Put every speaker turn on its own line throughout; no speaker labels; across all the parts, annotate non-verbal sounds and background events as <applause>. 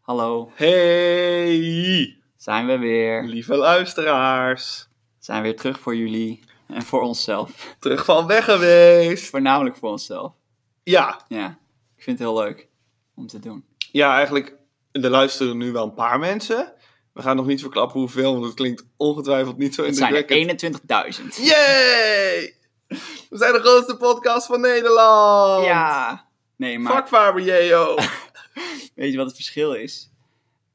Hallo,
Hey,
zijn we weer.
lieve luisteraars.
Zijn weer terug voor jullie en voor onszelf.
Terug van weg geweest.
Voornamelijk voor onszelf.
Ja,
Ja, ik vind het heel leuk om te doen.
ja, eigenlijk, er luisteren nu wel een paar mensen. We gaan nog niet verklappen hoeveel, want het klinkt ongetwijfeld niet zo
Het zijn er
indrukwekkend.
21.000.
Yay! We zijn de grootste podcast van Nederland.
Ja. Nee, maar
Fuck Faber Jeo.
weet je wat het verschil is?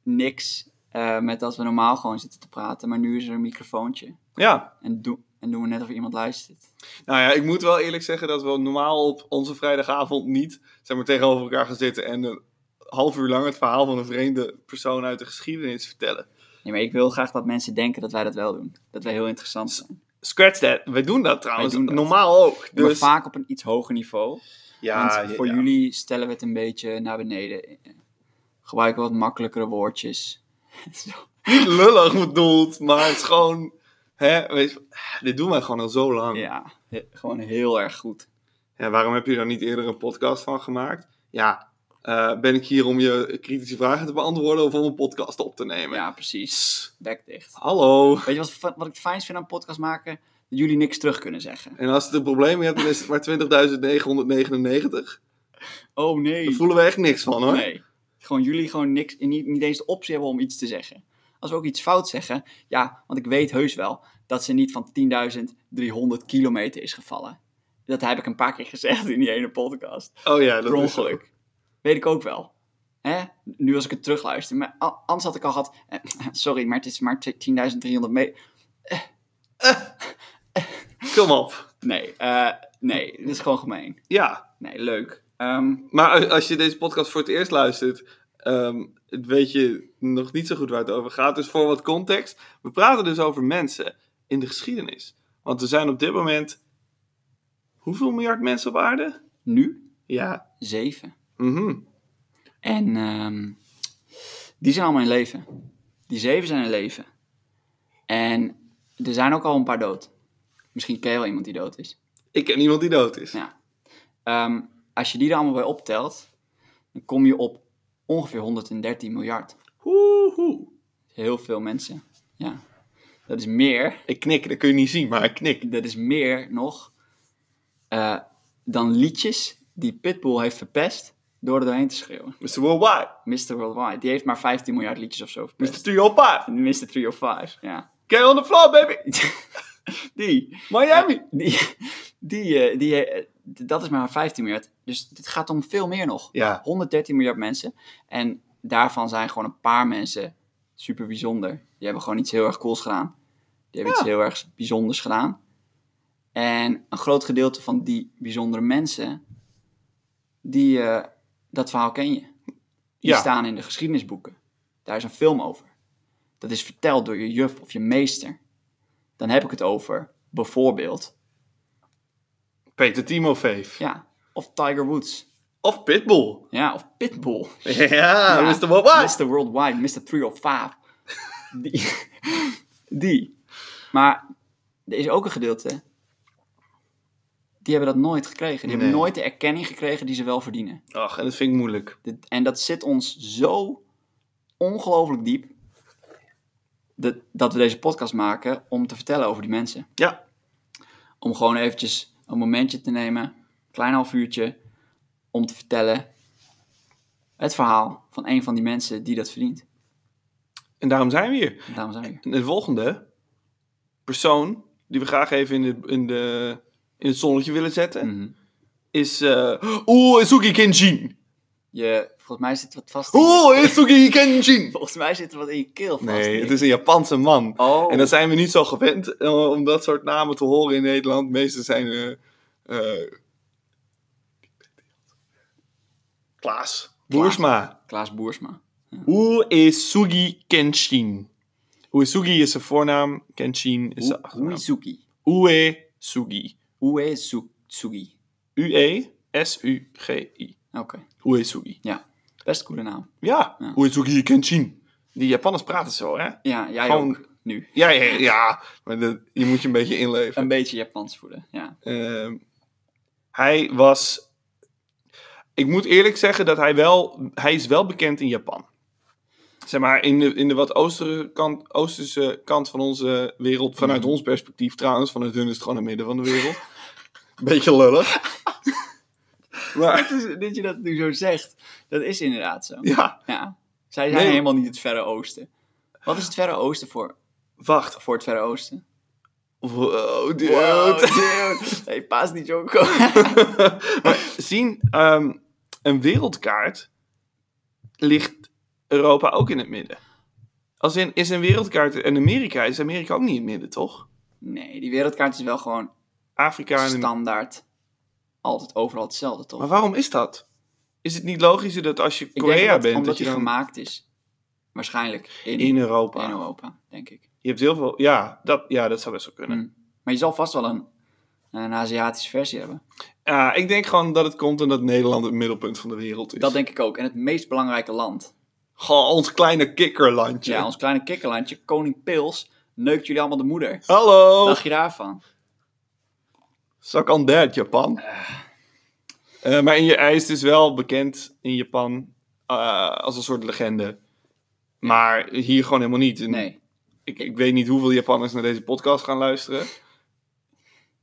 Niks eh, met als we normaal gewoon zitten te praten, maar nu is er een microfoontje.
<laughs> ja,
En, doe- en doen we net of iemand luistert.
nou ja, ik moet wel eerlijk zeggen dat we normaal op onze vrijdagavond niet zeg maar, tegenover elkaar gaan zitten en een half uur lang het verhaal van een vreemde persoon uit de geschiedenis vertellen.
Nee, maar ik wil graag dat mensen denken dat wij dat wel doen. Dat wij heel interessant zijn.
Scratch that. We doen dat trouwens.
Wij doen dat.
Normaal ook.
Dus... Maar
Dus,
vaak op een iets hoger niveau.
ja,
Want voor
ja.
jullie stellen we het een beetje naar beneden. Gebruiken wat makkelijkere woordjes. <laughs> Zo.
Niet lullig bedoeld, maar het is gewoon... Hè, weet je, dit doen wij gewoon al zo lang.
ja, he- gewoon heel erg goed.
Ja, waarom heb je daar niet eerder een podcast van gemaakt? Ja, eh, ben ik hier om je kritische vragen te beantwoorden of om een podcast op te nemen?
Ja, precies.
Sss,
Bek dicht.
hallo.
Weet je wat, fa- wat ik het fijnst vind aan podcast maken? Dat jullie niks terug kunnen zeggen.
En als je een probleem hebt, dan is het maar 20.999.
Oh
Daar
nee.
voelen we echt niks van, hoor.
Nee. Gewoon jullie gewoon niks, niet, niet eens de optie hebben om iets te zeggen. Als we ook iets fout zeggen, ja, want ik weet heus wel dat ze niet van 10.300 kilometer is gevallen. Dat heb ik een paar keer gezegd in die ene podcast.
Oh ja, dat
per
is
ongeluk. Weet ik ook wel. Hè? Nu als ik het terugluister. Maar a- anders had ik al gehad. eh, <laughs> sorry, maar het is maar 10.300 mee.
Kom op.
Nee, eh, nee, dat is gewoon gemeen.
Ja,
Nee, leuk. Ehm,
Maar als- als je deze podcast voor het eerst luistert, ehm, weet je nog niet zo goed waar het over gaat. Dus voor wat context, we praten dus over mensen in de geschiedenis. Want er zijn op dit moment hoeveel miljard mensen op aarde?
nu
Ja.
zeven.
Mhm.
En ehm, die zijn allemaal in leven. Die zeven zijn in leven. En er zijn ook al een paar dood. Misschien ken je wel iemand die dood is.
Ik ken iemand die dood is.
Ja. Ehm, als je die er allemaal bij optelt, dan kom je op ongeveer 113 miljard.
Woehoe.
Heel veel mensen. Ja. Dat is meer.
Ik knik, dat kun je niet zien, maar ik knik.
Dat is meer nog eh, dan liedjes die Pitbull heeft verpest door er doorheen te schreeuwen.
Mr. Worldwide,
Mr. Worldwide. Die heeft maar 15 miljard liedjes of zo
Mr.
verpest.
305,
Mr. 305, ja. <laughs>
get on the floor baby,
die.
Miami.
Die, die, eh, die eh, dat is maar 15 miljard. Dus het gaat om veel meer nog.
Ja,
113 miljard mensen. En daarvan zijn gewoon een paar mensen super bijzonder. Die hebben gewoon iets heel erg cools gedaan. Die hebben
Ja.
iets heel erg bijzonders gedaan. En een groot gedeelte van die bijzondere mensen, die, eh, dat verhaal ken je. Die
Ja.
staan in de geschiedenisboeken. Daar is een film over. Dat is verteld door je juf of je meester. Dan heb ik het over bijvoorbeeld,
Peter Timofeef.
ja, of Tiger Woods.
Of Pitbull. <laughs>
Ja, of Pitbull.
Ja,
Ja,
Ah, Mr. Worldwide.
Mr. Worldwide, Mr. 305. Die. die. Maar er is ook een gedeelte. Die hebben dat nooit gekregen. Die hebben
Nee.
nooit de erkenning gekregen die ze wel verdienen.
Ach, en dat vind ik moeilijk.
Dit- en dat zit ons zo ongelooflijk diep. Dat, dat we deze podcast maken om te vertellen over die mensen.
Ja,
Om gewoon eventjes een momentje te nemen. Een klein half uurtje. Om te vertellen. Het verhaal van een van die mensen die dat verdient.
en daarom zijn we hier.
Dames en heren.
En de volgende persoon die we graag even in, de, in, de, in het zonnetje willen zetten is. eh Oeh, Izuki Kenshin!
Je, volgens mij zit er wat vast in je-
Oeh, Izuki
<laughs>
Kenshin!
Volgens mij zit er wat in je keel vast.
Nee,
Nick.
het is een Japanse man.
Oh,
En dan zijn we niet zo gewend eh, om dat soort namen te horen in Nederland. Meestal zijn. eh, eh, Klaas. Boersma.
Klaas Boersma.
Oeh, Izuki Kenshin. Oeh, Izuki is zijn voornaam, Kenshin is zijn
Oe-
achternaam.
Uesugi.
Oeh, Sugi.
Uesugi.
E U-E-S-U-G-I.
Oké,
Uesugi.
ja. Best coole naam.
Ja,
Ja.
Uesugi Kenshin. Die Japanners praten zo, hè?
Ja, jij
Gewoon-
ook. Nu.
Ja, ja, ja. Maar dat, je moet je een beetje
<laughs>
inleven.
Een beetje Japans voelen, ja.
Ehm, hij was... Ik moet eerlijk zeggen dat hij wel, hij is wel bekend in Japan. Zeg maar, in de, in de wat oosterse kant, oosterse kant van onze wereld, vanuit ons perspectief trouwens, vanuit hun is het gewoon het midden van de wereld. <laughs> Beetje lullig. maar
Dus dat je dat nu zo zegt, dat is inderdaad zo.
ja,
Ja. Zij zijn
Nee.
helemaal niet het Verre Oosten. Wat is het Verre Oosten voor,
wacht.
voor het Verre Oosten?
Wow, dude.
Wow, dude. Hey, paas niet, Jonko.
<laughs> maar zien, ehm, een wereldkaart ligt Europa ook in het midden. Als in, is een wereldkaart, en Amerika, is Amerika ook niet in het midden, toch?
Nee, die wereldkaart is wel gewoon
Afrika en...
standaard. Altijd overal hetzelfde, toch?
Maar waarom is dat? Is het niet logischer dat als je
Ik denk
Korea
dat,
bent,
omdat
dat je
die
dan
gemaakt is. Waarschijnlijk in, in
in Europa...
Europa, denk ik.
Je hebt heel veel... Ja dat, ja, dat zou best wel kunnen.
Mm. Maar je zal vast wel een, een Aziatische versie hebben.
Ja, ik denk gewoon dat het komt omdat Nederland het middelpunt van de wereld is.
Dat denk ik ook. En het meest belangrijke land. Dus
Gewoon ons kleine kikkerlandje.
Ja, ons kleine kikkerlandje, Koning Pils, neukt jullie allemaal de moeder.
Hallo!
Dacht je daarvan?
Mm. Zak aan dat, Japan.
Ah.
Eh, maar in je, hij is dus wel bekend in Japan eh, als een soort legende. Maar hier gewoon helemaal niet. En
Nee.
ik, ik weet niet hoeveel Japanners naar deze podcast gaan luisteren.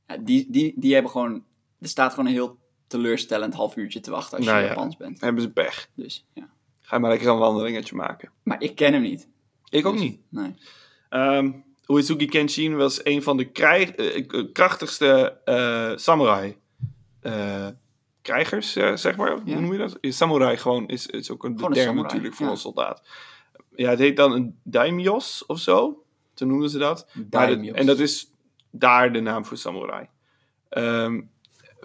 Ja, die, die, die hebben gewoon... Er staat gewoon een heel teleurstellend half uurtje te wachten als je
Nou ja.
Japans bent.
Dan hebben ze pech.
Dus, ja.
Ga je maar lekker een wandelingetje maken.
Maar ik ken hem niet.
Ik ook
Dus,
niet.
Nee.
Ehm Uesugi Kenshin was een van de krij- eh, k- krachtigste eh, samurai. eh, krijgers, eh, zeg maar.
Ja.
Hoe noem je dat? Ja, Samurai gewoon is, is ook een, de
Gewoon een
term
samurai,
natuurlijk voor
ja.
een soldaat. Ja, het heet dan een daimyos of zo. Toen noemden ze dat. Maar dat-
Daimyos.
en dat is daar de naam voor samurai. Ehm,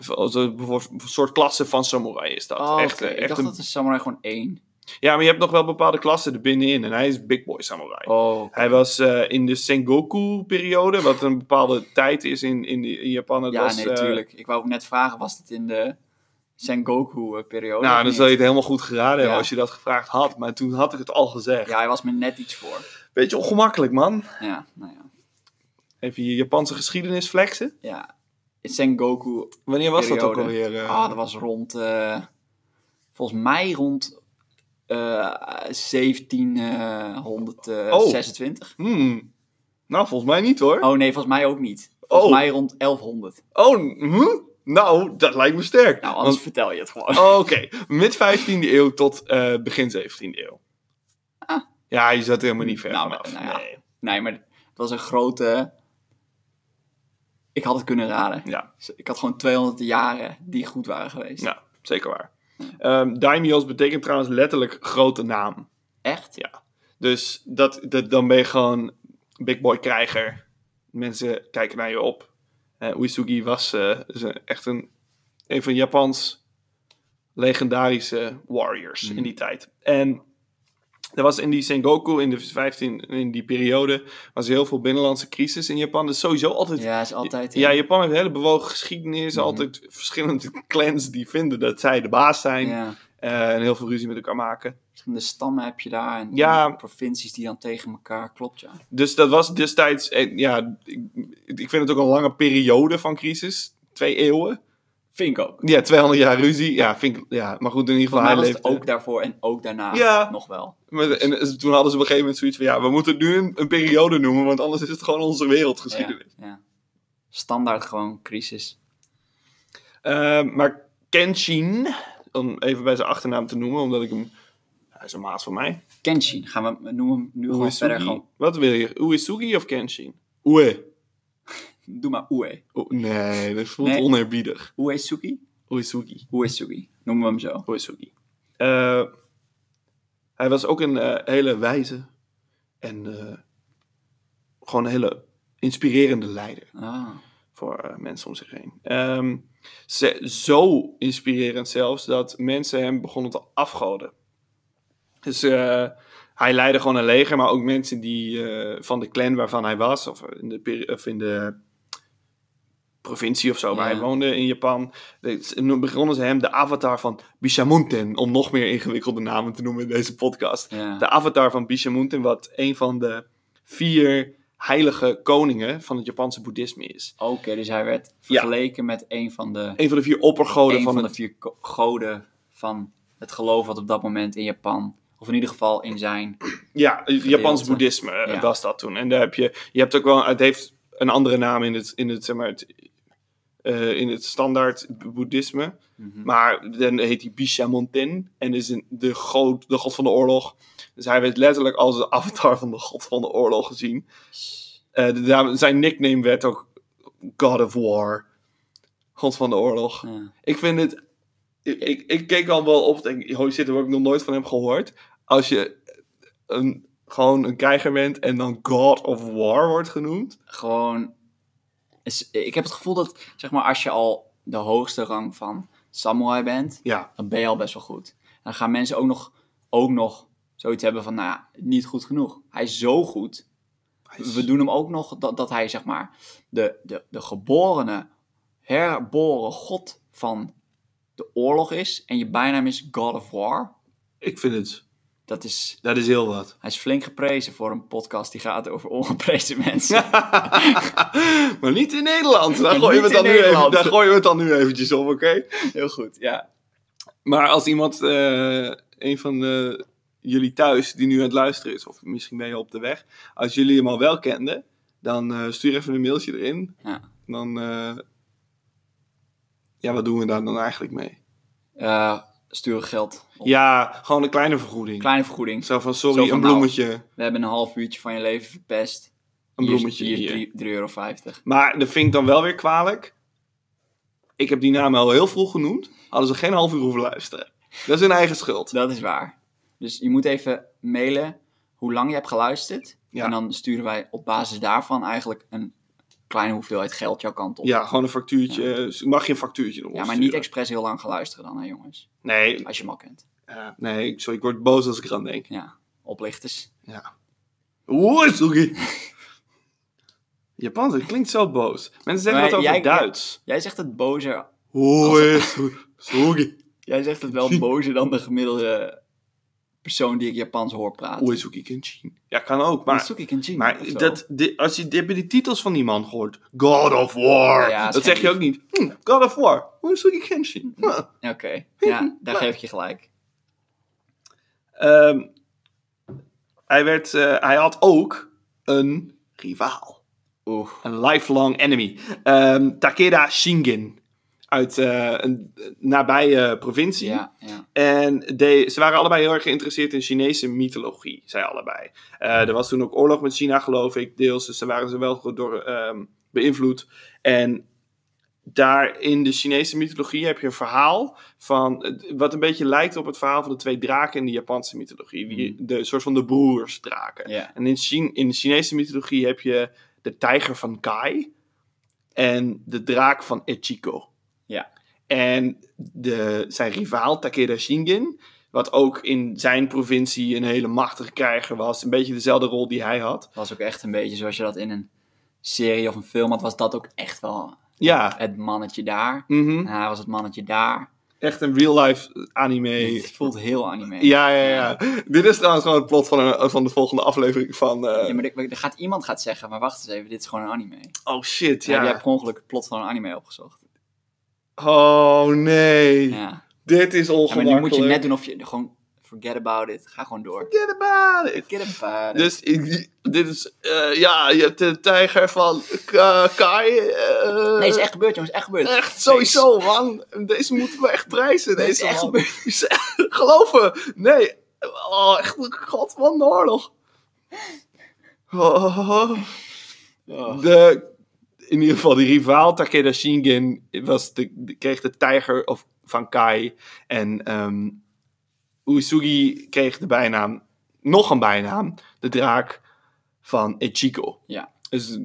als een bijvoorbeeld een soort klasse van samurai is dat.
Oh, oké.
echt, eh,
ik
echt
dacht
een-
dat een samurai gewoon één.
Ja, maar je hebt nog wel bepaalde klassen er binnenin. En hij is big boy samurai.
Oh.
Hij was eh, in de Sengoku-periode, wat een bepaalde tijd is in, in, in Japan. Dat
Ja,
was,
nee,
eh,
tuurlijk. Ik wou ook net vragen, was het in de eh, Sengoku-periode?
nou, dan zal je het helemaal goed geraden hebben
Ja.
als je dat gevraagd had. Maar toen had ik het al gezegd.
Ja, hij was me net iets voor.
Beetje ongemakkelijk, man.
Ja, nou ja.
Even je Japanse geschiedenis flexen.
Ja. Sengoku,
Wanneer was dat ook
Periode.
alweer? eh?
ah, dat was rond, eh, volgens mij rond eh 1726.
Hmm. Nou, volgens mij niet hoor.
Oh. nee, volgens mij ook niet. Volgens
Oh.
mij rond 1100.
Oh, hm? nou, dat lijkt me sterk.
Nou, anders
Want-
vertel je het gewoon.
Oh, Oké, mid 15e eeuw tot eh, begin 17e eeuw.
Ah.
Ja, je zat er helemaal niet ver
Nou,
vanaf.
nou ja.
Nee.
Nee, maar het was een grote... Ik had het kunnen raden.
Ja.
Ik had gewoon 200 jaren die goed waren geweest.
Ja, zeker waar. Ehm daimyos betekent trouwens letterlijk grote naam.
Echt?
Dus dat, dat, dan ben je gewoon big boy krijger. Mensen kijken naar je op. Eh Uesugi was eh, is een- echt een, een van Japans legendarische warriors
Mm.
in die tijd. En er was in die Sengoku, in, de 15, in die periode, was er heel veel binnenlandse crisis in Japan. Dus sowieso
<laughs>
altijd
Ja, is altijd...
ja, Japan heeft een hele bewogen geschiedenis.
Mhm.
Altijd verschillende <laughs> clans die vinden dat zij de baas zijn.
Ja.
eh, en heel veel ruzie met elkaar maken.
Verschillende stammen heb je daar en
Ja.
provincies die dan tegen elkaar klopt, ja.
Dus dat was destijds... eh, ja, ik, ik vind het ook een lange periode van crisis. Twee eeuwen.
Vind ik ook.
Ja, 200 jaar ruzie. Ja, vind ik, ja maar goed, in ieder geval
Maar
hij
was
leeft...
het ook daarvoor en ook daarna
Ja.
nog wel.
Maar- en eh, toen hadden ze op een gegeven moment zoiets van... Ja, we moeten het nu een, een periode noemen, want anders is het gewoon onze wereldgeschiedenis.
Ja, ja. Standaard gewoon crisis.
Ehm, maar Kenshin, om even bij zijn achternaam te noemen, omdat ik hem... Hij is een maat van mij.
Kenshin, gaan we hem- noemen hem nu gewoon verder
Uesugi.
gewoon.
Wat wil je? Uesugi of Kenshin? Ue.
Doe maar Ue.
O- nee, dat voelt
Nee.
onherbiedig.
Uesugi?
Uesugi.
Uesugi, noemen we hem zo.
Uesugi. Eh, hij was ook een eh, hele wijze en eh, gewoon een hele inspirerende leider
Ah,
voor eh, mensen om zich heen. Ehm, ze- zo inspirerend zelfs dat mensen hem begonnen te afgoden. Dus eh, hij leidde gewoon een leger, maar ook mensen die eh, van de clan waarvan hij was, of in de, peri- of in de provincie of zo waar
Ja.
hij woonde in Japan, de- ze- no- begonnen ze hem de avatar van Bishamunten, om nog meer ingewikkelde namen te noemen in deze podcast.
ja.
De avatar van Bishamunten, wat een van de vier heilige koningen van het Japanse boeddhisme is.
Oké, dus hij werd vergeleken met een van de,
Een van de vier oppergoden
een
van,
van de
het...
vier ko- goden van het geloof wat op dat moment in Japan, of in ieder geval in zijn. <clears throat>
Ja, Japans boeddhisme eh,
Ja.
was dat toen. En daar heb je, je hebt ook wel, het heeft een andere naam in het, in het, zeg maar, het, eh, in het standaard boeddhisme.
Mhm.
Maar dan heet hij Bishamonten en is een, de, god, de god van de oorlog. Dus hij werd letterlijk als de avatar van de god van de oorlog gezien. Eh, de- daar- zijn nickname werd ook God of War. God van de oorlog.
Ja.
Ik vind het. Ik, ik, ik keek al wel op. Denk, ik, holy shit, daar heb ik nog nooit van hem gehoord. Als je een, gewoon een keiger bent en dan God of War wordt genoemd.
gewoon. is- ik heb het gevoel dat, zeg maar, als je al de hoogste rang van samurai bent,
Ja.
dan ben je al best wel goed. Dan gaan mensen ook nog, ook nog zoiets hebben van, nou, ja, niet goed genoeg. Hij is zo goed. We doen hem ook nog dat, dat hij, zeg maar, de, de, de geborene, herboren god van de oorlog is. En je bijnaam is God of War.
Ik vind het.
Dat is,
Dat is heel wat.
hij is flink geprezen voor een podcast die gaat over ongeprezen <laughs> mensen.
<laughs> maar niet in Nederland. Daar
En
gooien, we
niet
het dan
in
nu even,
Nederland.
daar gooien we het dan nu eventjes op, oké?
Heel goed, ja.
Maar als iemand, eh, een van eh, jullie thuis die nu aan het luisteren is, of misschien ben je op de weg, als jullie hem al wel kenden, dan eh, stuur even een mailtje erin.
Ja.
Dan, eh, ja, wat doen we daar dan eigenlijk mee?
Eh, stuur geld. op.
Ja, gewoon een kleine vergoeding.
Kleine vergoeding.
Zo van, sorry,
Zo van, nou,
een bloemetje.
We hebben een half uurtje van je leven verpest.
Een
Hier is-
bloemetje
Hier,
hier.
drie- 3,50 euro.
Maar dat vind ik dan wel weer kwalijk. Ik heb die naam al heel vroeg genoemd. Hadden ze geen half uur hoeven luisteren. Dat is hun eigen schuld.
Dat is waar. Dus je moet even mailen hoe lang je hebt geluisterd.
Ja.
En dan sturen wij op basis daarvan eigenlijk een kleine hoeveelheid geld jouw kant op.
Ja, gewoon een factuurtje. Mag je een factuurtje doen?
Ja, maar niet expres heel lang geluisteren dan, hè jongens.
Nee,
Als je hem al kent.
Ja, Eh, nee, ik, sorry, ik word boos als ik eraan denk.
Ja, oplichters.
Ja. Woezuki! Japans, het klinkt zo boos. Mensen zeggen
Maar
dat over
jij-
Duits.
Jij zegt het bozer.
Woezuki.
Jij zegt het
<laughs>
wel bozer dan de gemiddelde persoon die ik Japans hoor praten.
Woezuki Kenshin. Ja, kan ook, maar...
Mitsuki Kenjin of
Maar
zo.
dat, di- als je, heb je de titels van die man gehoord? God of War!
Ja, is
dat
geen
zeg je ook niet. Hm, God of War. Woezuki Kenshin. Huh.
Oké, ja,
<laughs>
daar geef ik je gelijk.
Ehm, hij, werd, eh, hij had ook een rivaal.
Oeh.
Een lifelong enemy. Ehm, Takeda Shingen. Uit eh, een nabije eh, provincie.
Ja, ja.
En de, ze waren allebei heel erg geïnteresseerd in Chinese mythologie. Zij allebei. Eh, er was toen ook oorlog met China, geloof ik, deels. Dus ze waren ze wel goed door ehm, beïnvloed. En daar in de Chinese mythologie heb je een verhaal van. eh, Wat een beetje lijkt op het verhaal van de twee draken in de Japanse mythologie. Die, de soort van de broersdraken.
Ja.
En in, Chin- in de Chinese mythologie heb je de tijger van Kai en de draak van Ichigo.
Ja.
En de, zijn rivaal Takeda Shingen, wat ook in zijn provincie een hele machtige krijger was. Een beetje dezelfde rol die hij had.
was ook echt een beetje zoals je dat in een serie of een film had, was dat ook echt wel
Ja,
het mannetje daar.
mhm.
En hij was het mannetje daar.
echt een real-life anime.
Het voelt heel anime.
Ja, ja, ja. Dit is trouwens gewoon het plot van, een- van de volgende aflevering van... eh,
Ja, maar er- er gaat, iemand gaat zeggen, maar wacht eens even, dit is gewoon een anime.
Oh shit,
Ja. Jij
ja.
hebt per ongeluk het plot van een anime opgezocht.
Oh nee,
Ja.
dit is
Ja, maar nu
ongemakkelijk.
moet je net doen of je gewoon, forget about it, ga gewoon door.
Get about it.
Forget about it. eh,
Dus ik- dit is, eh, ja, je hebt de tijger van eh, Kai. eh,
Nee, is echt gebeurd jongens, echt gebeurd.
echt sowieso, man. Deze moeten we echt prijzen.
Nee,
Deze
is echt
man. <laughs>
gebeurd.
Is echt- Geloof me. Nee. Oh, echt een god van de oorlog. Oh.
Oh.
De, in ieder geval, die rivaal Takeda Shingen was de, de- kreeg de tijger of, van Kai. En ehm Uesugi kreeg de bijnaam, nog een bijnaam, de draak van Ichigo.
Ja.
Dus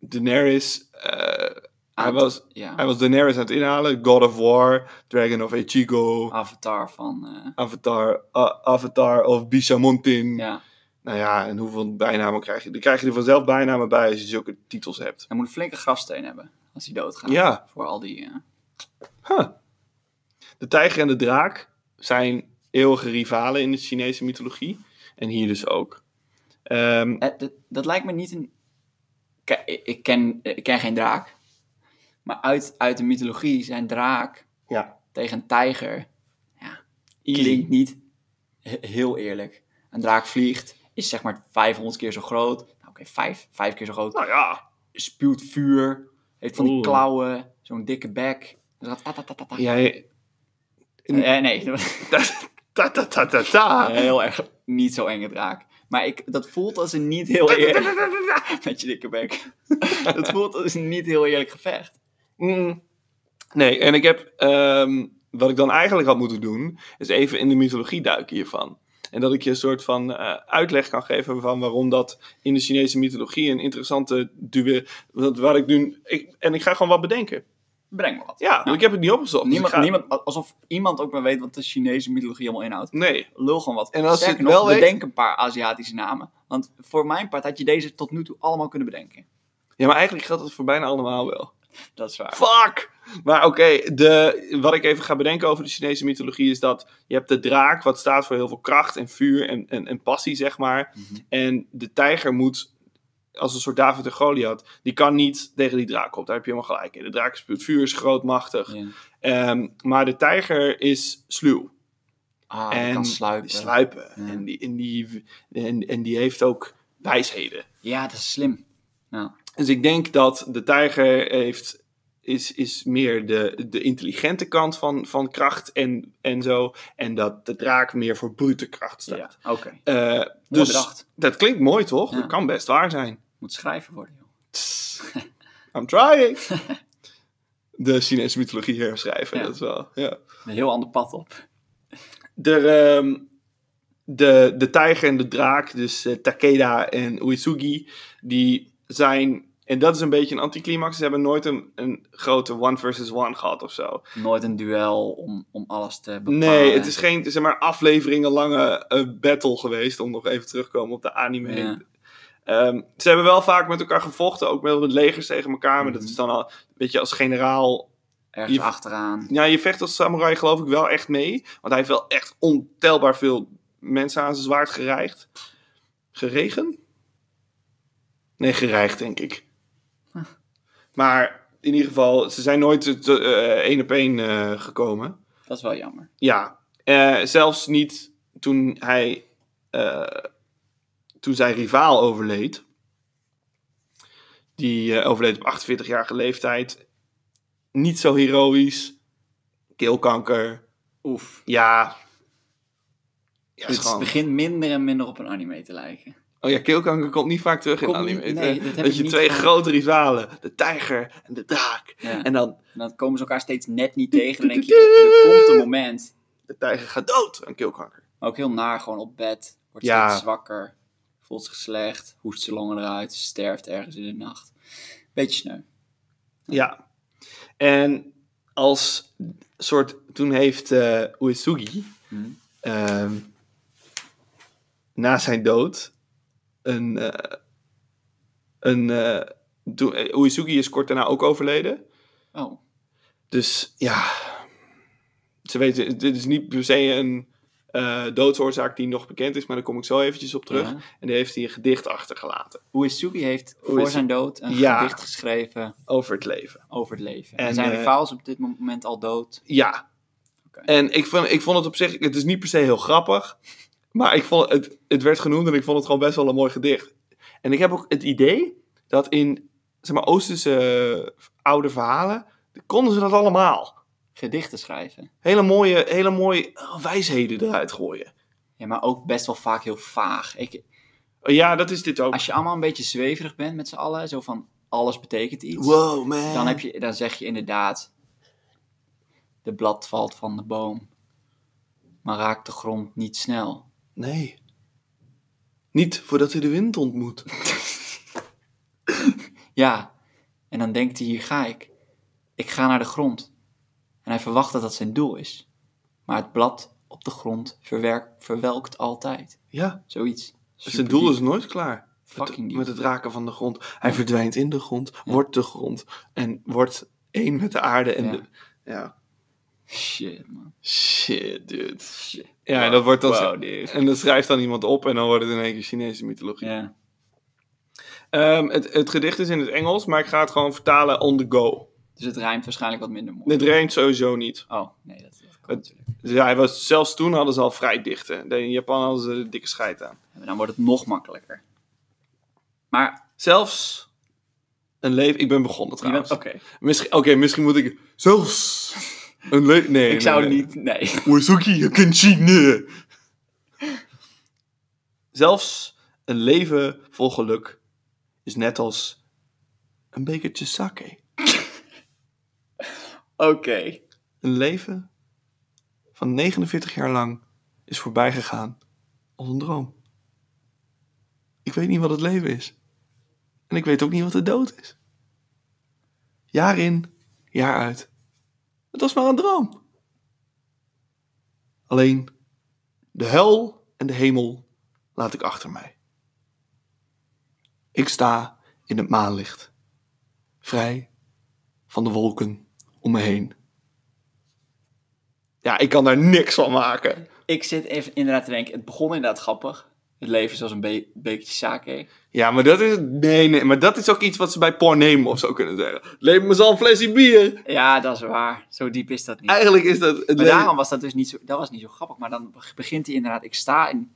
Daenerys, eh, hij,
Aan-
was, hij
Ja,
was Daenerys aan het inhalen. God of War, Dragon of Ichigo,
avatar van, eh,
Avatar, A- Avatar of Bishamontin.
ja.
Nou ja, en hoeveel bijnamen krijg je? Dan krijg je er vanzelf bijnamen bij als je zulke titels hebt.
Hij moet een flinke grafsteen hebben, als hij doodgaat.
Ja.
Voor al die... eh,
De tijger en de draak zijn eeuwige rivalen in de Chinese mythologie. En hier dus ook. Ehm,
Eh, dat, dat lijkt me niet een. Kijk, ik ik ken, ik ken geen draak. Maar uit, uit de mythologie zijn draak
ja.
tegen een tijger. Ja,
Easy.
klinkt niet he- heel eerlijk. Een draak vliegt, is zeg maar 500 keer zo groot. Nou, oké, vijf, vijf keer zo groot.
Nou ja.
Spuwt vuur, heeft van die
Oeh.
klauwen, zo'n dikke bek. Dus dat ta, ta, ta, ta, ta.
Jij... <laughs>
Eh, nee, dat was
Ta ta ta ta ta.
een heel erg <laughs> niet zo enge draak. Maar ik, dat voelt als een niet heel eerlijk... <laughs> Met je dikke bek. dat voelt als een niet heel eerlijk gevecht.
<laughs> Mm. Nee, en ik heb... ehm, wat ik dan eigenlijk had moeten doen, is even in de mythologie duiken hiervan. En dat ik je een soort van eh, uitleg kan geven van waarom dat in de Chinese mythologie een interessante duwe... wat- Waar ik nu... Ik, en ik ga gewoon wat bedenken.
Breng maar wat.
Ja, want ik heb het niet opgezocht. dus
Niemand,
ik ga-
niemand, alsof iemand ook maar weet wat de Chinese mythologie allemaal inhoudt.
Nee,
Lul gewoon wat.
En als je
Sterker
het wel
nog,
weet-
bedenk een paar Aziatische namen. Want voor mijn part had je deze tot nu toe allemaal kunnen bedenken.
Ja, maar eigenlijk geldt dat voor bijna allemaal wel.
Dat is waar.
Fuck! Maar oké, de wat ik even ga bedenken over de Chinese mythologie is dat je hebt de draak, wat staat voor heel veel kracht en vuur en, en, en passie, zeg maar.
Mhm.
En de tijger moet, als een soort David en Goliath, die kan niet tegen die draak op. Daar heb je helemaal gelijk in. De draak spuwt vuur, is grootmachtig.
Ja.
Ehm, maar de tijger is sluw.
Ah,
en
die kan sluipen.
Die sluipen.
Ja.
En, die, en, die, en, en die heeft ook wijsheden.
Ja, dat is slim. Nou,
Dus ik denk dat de tijger heeft, is, is meer de, de intelligente kant van, van kracht en, en zo. En dat de draak meer voor brute kracht staat.
ja, oké.
Eh,
Mooi
dus
bedacht.
dat klinkt mooi toch?
Ja.
Dat kan best waar zijn.
Moet schrijven worden, joh.
Tss,
<laughs>
I'm trying. De Chinese mythologie herschrijven,
Ja.
dat is wel. Ja.
Een heel ander pad op.
De, ehm, de, de tijger en de draak, dus eh, Takeda en Uesugi, die zijn. En dat is een beetje een anticlimax. Ze hebben nooit een, een grote one versus one gehad of zo.
Nooit een duel om, om alles te bepalen.
Nee, het is geen zeg maar, afleveringen lange eh, battle geweest. Om nog even terug te komen op de anime.
Ja.
Ehm, ze hebben wel vaak met elkaar gevochten. Ook met met legers tegen elkaar. Maar dat
Mhm.
is dan al. Weet je, als generaal
Ergens
je-
achteraan.
Ja, je vecht als samurai geloof ik wel echt mee. Want hij heeft wel echt ontelbaar veel mensen aan zijn zwaard gereikt. Geregen? Nee, gereikt denk ik. Maar in ieder geval, ze zijn nooit eh, te- eh, één op één eh, gekomen.
Dat is wel jammer.
Ja, eh, zelfs niet toen hij, eh, toen zijn rivaal overleed. Die eh, overleed op 48-jarige leeftijd. Niet zo heroïs. Keelkanker.
Oef.
Ja. Ja, is
Het
gewoon-
begint minder en minder op een anime te lijken.
Oh ja, keelkanker komt niet vaak terug in
Komt
anime.
niet- nee,
Eh,
dat heb ik
je
niet
twee
vaak.
grote rivalen, de tijger en de draak.
Ja.
En dan
En dan komen ze elkaar steeds net niet tegen. Dan denk je, er komt een moment.
de tijger gaat dood aan keelkanker.
Maar ook heel naar, gewoon op bed. Wordt
Ja.
steeds zwakker. Voelt zich slecht. Hoest zijn longen eruit. Sterft ergens in de nacht. Beetje sneu.
Ja. En als soort, toen heeft eh Uesugi
Mhm.
ehm, na zijn dood een, eh, een eh, toen, eh, Uesugi is kort daarna ook overleden.
Oh,
Dus ja, ze weten, dit is niet per se een eh, doodsoorzaak die nog bekend is, maar daar kom ik zo eventjes op terug.
Ja.
En daar heeft hij een gedicht achtergelaten
Uesugi heeft voor
Uesugi-
zijn dood een
Ja.
gedicht geschreven
over het leven.
over het leven. En,
En,
zijn
eh,
rivaal is op dit moment al dood.
Ja.
Oké.
En ik vond, ik vond het op zich, het is niet per se heel grappig, maar ik vond het, het werd genoemd en ik vond het gewoon best wel een mooi gedicht. En ik heb ook het idee dat in, zeg maar, Oosterse eh, oude verhalen, konden ze dat allemaal.
Gedichten schrijven.
Hele mooie, hele mooie eh, wijsheden eruit gooien.
Ja, maar ook best wel vaak heel vaag. Ik,
Eh, Ja, dat is dit ook.
als je allemaal een beetje zweverig bent met z'n allen. Zo van, alles betekent iets.
Wow, man.
Dan, heb je, dan zeg je inderdaad, de blad valt van de boom, maar raakt de grond niet snel.
Nee. Niet voordat hij de wind ontmoet.
Ja, en dan denkt hij, hier ga ik. Ik ga naar de grond. En hij verwacht dat dat zijn doel is. Maar het blad op de grond verwerk- verwelkt altijd.
Ja,
Zoiets.
zijn
Superdiep.
Dus doel is nooit klaar.
Fucking
met,
diep.
met het raken van de grond. Hij verdwijnt in de grond, wordt de grond en wordt één met de aarde. En
Ja.
ja. De, ja.
Shit, man.
Shit, dude.
Shit.
Ja, en dat wordt dan.
Wow, dude.
en dat schrijft dan iemand op en dan wordt het in één keer Chinese mythologie.
Ja.
Ehm, het, het gedicht is in het Engels, maar ik ga het gewoon vertalen on the go.
Dus het rijmt waarschijnlijk wat minder mooi.
Het rijmt sowieso niet.
Oh, nee, dat, dat kan natuurlijk.
Dus ja, hij was, zelfs toen hadden ze al vrij dichte. De- In Japan hadden ze dikke scheid aan.
En dan wordt het nog makkelijker. Maar,
Zelfs een leven... Ik ben begonnen
je bent-
trouwens.
oké.
Misschien, oké, misschien moet ik... Zelfs een leven... Nee,
Ik zou niet, nee. <laughs>
Oizuki Kenshin. Zelfs een leven vol geluk is net als een bekertje sake.
Oké.
Een leven van 49 jaar lang is voorbij gegaan als een droom. Ik weet niet wat het leven is. En ik weet ook niet wat de dood is. Jaar in, jaar uit. Het was maar een droom. Alleen de hel en de hemel laat ik achter mij. Ik sta in het maanlicht, vrij van de wolken om me heen. Ja, ik kan daar niks van maken.
Ik zit even inderdaad te denken, het begon inderdaad grappig. Het leven is als een be bekertje sake.
Ja, maar dat is. Nee, nee, maar dat is ook iets wat ze bij Pornhemo of zo kunnen zeggen. Leef me zal een flesje bier.
Ja, dat is waar. Zo diep is dat niet.
Eigenlijk is dat. Het
Maar
le-
daarom was dat dus niet zo, dat was niet zo grappig. Maar dan beg- begint hij inderdaad, ik sta in,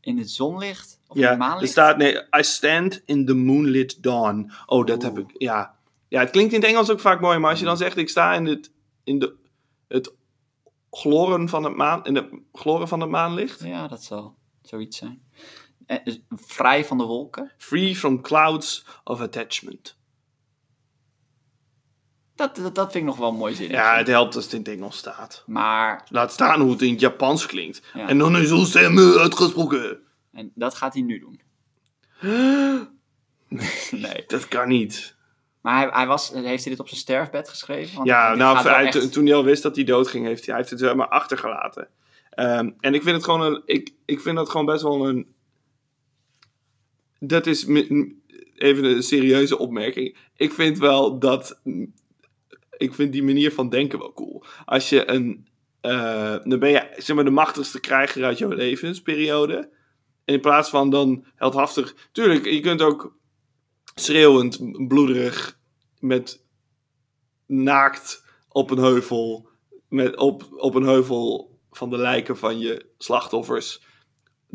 in het zonlicht. Of in het
ja, er
maanlicht.
staat. Nee, I stand in the moonlit dawn. Oh, dat heb
Oeh. Mm.
ik. Ja. ja, het klinkt in het Engels ook vaak mooi, maar als je dan zegt: ik sta in het. In de, het gloren van het maan. In de gloren van het maanlicht.
Ja, dat zal zoiets zijn. Eh, dus vrij van de wolken.
Free from clouds of attachment.
Dat, dat, dat vind ik nog wel een mooi zin.
Ja, het helpt als het in het Engels staat.
Maar,
Laat staan hoe het in het Japans klinkt.
Ja.
En dan is uw stem uitgesproken.
en dat gaat hij nu doen.
<gasps>
Nee.
Dat kan niet.
Maar hij, hij was, heeft hij dit op zijn sterfbed geschreven? Want
Ja,
dit
nou,
gaat wel
hij-
echt-
toen- toen hij al wist dat hij doodging, heeft hij, hij heeft het wel maar achtergelaten. Ehm, en ik vind het gewoon een. Ik, ik vind dat gewoon best wel een. Dat is mi- m- even een serieuze opmerking. Ik vind wel dat. Ik vind die manier van denken wel cool. Als je een. eh, dan ben je zeg maar, de machtigste krijger uit jouw levensperiode. En in plaats van dan heldhaftig. Tuurlijk, je kunt ook schreeuwend, bloederig, met naakt op een heuvel. Met op, op een heuvel van de lijken van je slachtoffers.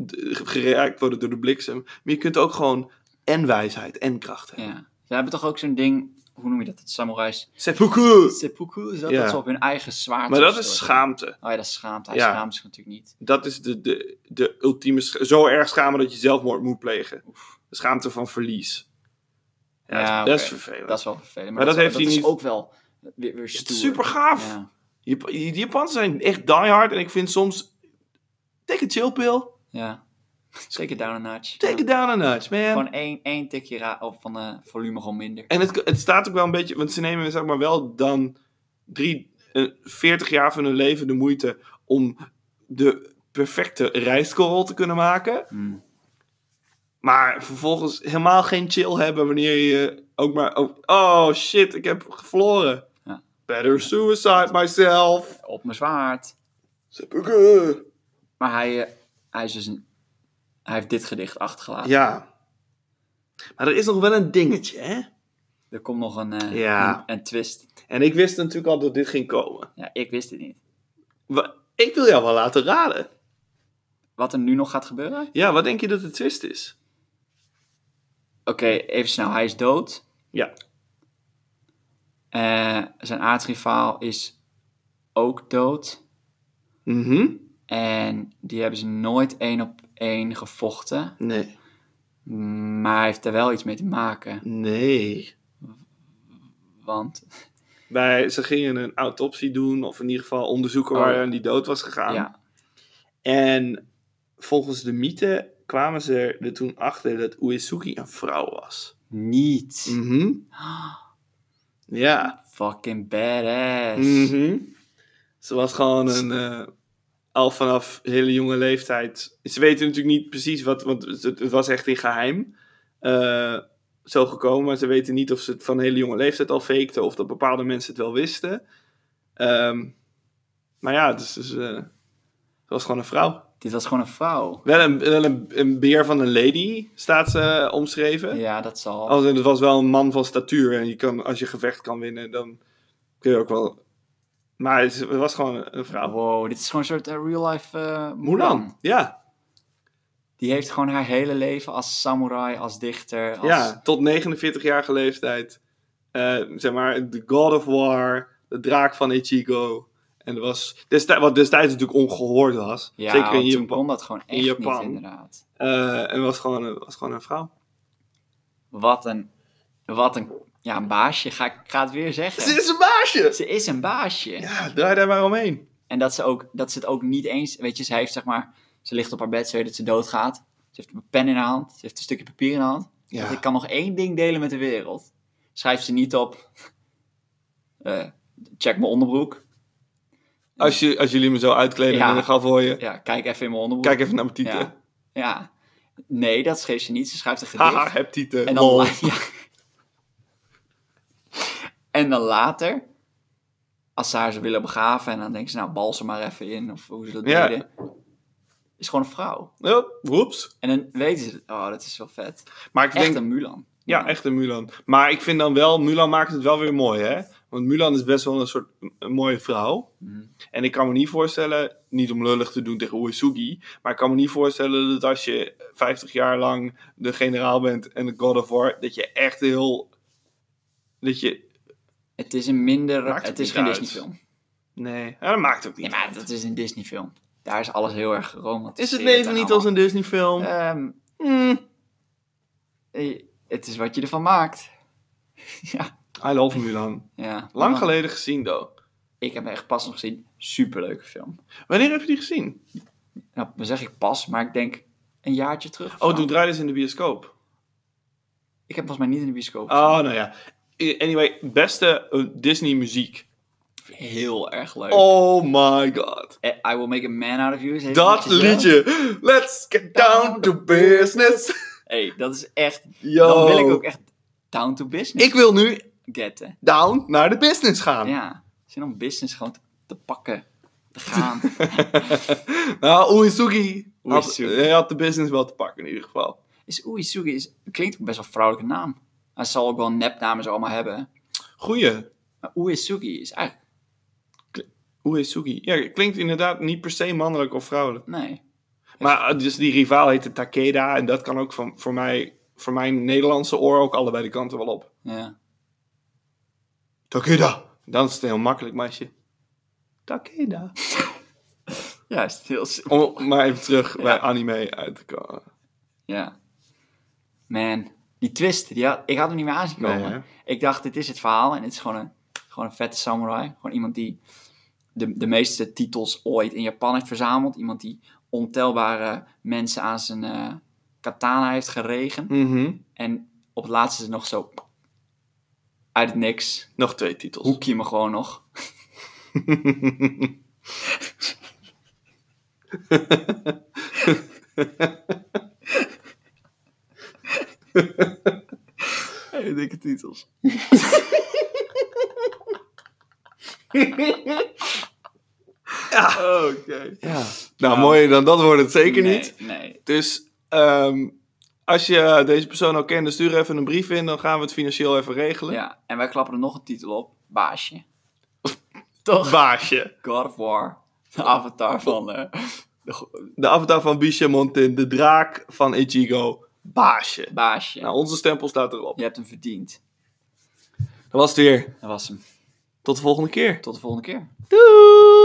d- Geraakt worden door de bliksem. Maar je kunt ook gewoon en wijsheid en kracht hebben.
Ja. Ze hebben toch ook zo'n ding, hoe noem je dat? Het samurais.
Seppuku!
Seppuku, is dat,
Ja.
dat ze op hun eigen zwaard
Maar dat
opstorten?
is schaamte.
Oh ja, dat is schaamte. Hij
Ja.
schaamt zich natuurlijk niet.
Dat is de, de, de ultieme scha- Zo erg schamen dat je zelfmoord moet plegen. De schaamte van verlies. Ja,
Ja,
dat is
oké.
best vervelend.
Dat is wel vervelend. Maar,
Maar
dat,
dat
is-
heeft hij
is
niet-
ook wel weer, weer
Het
stoer.
is super gaaf.
Ja.
Jap- die Japanners zijn echt diehard. En ik vind soms... Take a chill pill.
ja. Take it down a notch.
Take
Ja.
it down a notch, man.
Gewoon één, één tikje ra- of van eh volume gewoon minder.
En het, het staat ook wel een beetje, want ze nemen zeg maar wel dan drie, eh, 40 jaar van hun leven de moeite om de perfecte rijstkorrel te kunnen maken.
Hmm.
Maar vervolgens helemaal geen chill hebben wanneer je ook maar. ook- oh shit, ik heb verloren.
Ja.
Better suicide myself.
Op mijn zwaard.
Seppuku.
Maar hij, eh, hij is dus een... Hij heeft dit gedicht achtergelaten.
Ja. Maar er is nog wel een dingetje, hè?
Er komt nog een, eh,
Ja.
een, een twist.
En ik wist natuurlijk al dat dit ging komen.
Ja, ik wist het niet.
Wa- Ik wil jou wel laten raden.
Wat er nu nog gaat gebeuren? Oké,
Ja, wat denk je dat de twist is?
even snel. Hij is dood.
Ja.
Eh, zijn aardsrivaal is ook dood.
Mhm.
En die hebben ze nooit één op één gevochten.
Nee.
Maar hij heeft er wel iets mee te maken.
Nee.
Want
Wij, ze gingen een autopsie doen, of in ieder geval onderzoeken
Oh,
waar
ja.
aan die dood was gegaan.
ja,
En volgens de mythe kwamen ze er toen achter dat Uesugi een vrouw was.
niet. <gasps>
Mhm. Ja.
Fucking badass.
Mhm. Ze was gewoon een... eh, al vanaf hele jonge leeftijd... Ze weten natuurlijk niet precies wat... Want het, het was echt in geheim. eh, zo gekomen. Maar ze weten niet of ze het van hele jonge leeftijd al fakten. Of dat bepaalde mensen het wel wisten. Ehm, maar ja, het is dus... eh, ze was gewoon een vrouw.
Dit was gewoon een vrouw.
Wel een, wel een, een beer van een lady staat ze eh, omschreven.
Ja, dat zal.
Als, het was wel een man van statuur. En je kan, als je gevecht kan winnen, dan kun je ook wel Maar het is- het was gewoon een vrouw.
Wow, dit is gewoon een soort eh, real life eh Mulan.
Mulan, ja.
Die heeft gewoon haar hele leven als samurai, als dichter, als...
ja. Tot 49-jarige leeftijd. Eh, zeg maar, de God of War, de draak van Ichigo. En er was, destij- wat destijds natuurlijk ongehoord was.
Ja,
zeker in
want toen
Japan.
kon dat gewoon
in
echt
Japan.
niet, inderdaad.
Eh, en was gewoon, een- was gewoon een vrouw.
Wat een, wat een, ja, een baasje, ga ik ga het weer
Ze
zeggen.
is een baasje!
Ze is een baasje.
Ja, draai daar maar omheen.
En dat ze, ook, dat ze het ook niet eens, weet je, ze heeft zeg maar, ze ligt op haar bed, ze weet dat ze doodgaat. Ze heeft een pen in haar hand, ze heeft een stukje papier in haar hand. Want ik kan nog één ding delen met de wereld. Schrijf ze niet op, eh, check mijn onderbroek.
Als, je, als jullie me zo uitkleden
Ja.
en dan gaan gooien,
Ja, kijk even in mijn onderbroek.
kijk even naar mijn tieten.
ja, ja. Nee, dat schreef ze niet, ze schrijft een gedicht.
Haha, heb tieten.
En dan,
Lol.
la- <laughs> ja. en dan later, als ze haar ze willen begraven, en dan denken ze, nou, bal ze maar even in, of hoe ze dat
Ja.
deden. Is gewoon een vrouw.
Oh, Oeps.
En dan weten ze, oh, dat is wel vet.
Maar ik
Echt
denk,
een Mulan.
ja, echt een Mulan. Maar ik vind dan wel, Mulan maakt het wel weer mooi, hè? Want Mulan is best wel een soort een mooie vrouw.
Mhm.
En ik kan me niet voorstellen, niet om lullig te doen tegen Uesugi, maar ik kan me niet voorstellen dat als je 50 jaar lang de generaal bent en de God of War, dat je echt heel. Dat je.
Het is een minder,
Maakt het
het, is
niet
geen
uit.
Disney film.
Nee, ja, dat maakt ook niet.
Nee, maar dat is een Disney film. Daar is alles heel erg geromantiseerd.
is het leven
en
niet als
allemaal.
een Disney-film?
Ehm,
Mm.
eh, het is wat je ervan maakt. ja.
I love Mulan.
ja.
Lang
Maar
geleden gezien, though.
Ik heb hem echt pas nog gezien. Superleuke film.
Wanneer heb je die gezien?
Nou, dan zeg ik pas, maar ik denk een jaartje terug. of
Oh,
zo.
toen draaide ze in de bioscoop.
Ik heb volgens mij niet in de bioscoop. gezien.
Oh, nou ja. Anyway, beste eh, Disney muziek.
Heel erg leuk.
Oh my god.
Eh, I Will Make a Man Out of You. is even
Dat
netjes, hè?
liedje. Let's get down to business.
hey, dat is echt...
Yo.
<laughs> Dan wil ik ook echt down to business
Ik wil nu
getten.
down naar de business gaan.
Ja, zin om business gewoon te, te pakken, te
<laughs>
gaan.
<laughs> nou, Uesugi had,
Uesugi.
hij had de business wel te pakken in ieder geval.
is Uisugi is, klinkt ook best wel een vrouwelijke naam. Hij zal ook wel een nepnaam en zo allemaal hebben.
Goeie.
Maar Uisugi is eigenlijk...
Uesugi. Ja, klinkt inderdaad niet per se mannelijk of vrouwelijk.
Nee.
Maar eh, dus die rivaal heette Takeda. En dat kan ook van, voor, mij, voor mijn Nederlandse oor ook allebei de kanten wel op.
Ja.
Takeda. Dan is het heel makkelijk, meisje. Takeda.
Ja, is het heel... s-
Om maar even terug bij anime uit te komen.
Ja. Man, die twist, die had, ik had hem niet meer aan zien komen.
Nee, hè?
ik dacht, dit is het verhaal en het is gewoon een, gewoon een vette samurai. Gewoon iemand die de, de meeste titels ooit in Japan heeft verzameld. Iemand die ontelbare mensen aan zijn eh, katana heeft geregen.
Mhm.
En op het laatste is het nog zo uit het niks.
Nog twee titels.
Hoek je me gewoon nog. Hele dikke titels.
Ja.
Oké.
ja. Nou, mooier dan dat wordt het zeker niet.
Nee.
Dus ehm, als je eh, deze persoon al kent, dan stuur even een brief in. Dan gaan we het financieel even regelen.
Ja, en wij klappen er nog een titel op. Baasje. Toch?
Baasje.
God of War. De avatar van... eh,
De avatar van Bishamontin, de draak van Ichigo. Baasje.
baasje.
Nou, onze stempel staat erop.
Je hebt hem verdiend.
Dat was het weer.
Dat was hem.
Tot de volgende keer.
Tot de volgende keer.
Doei!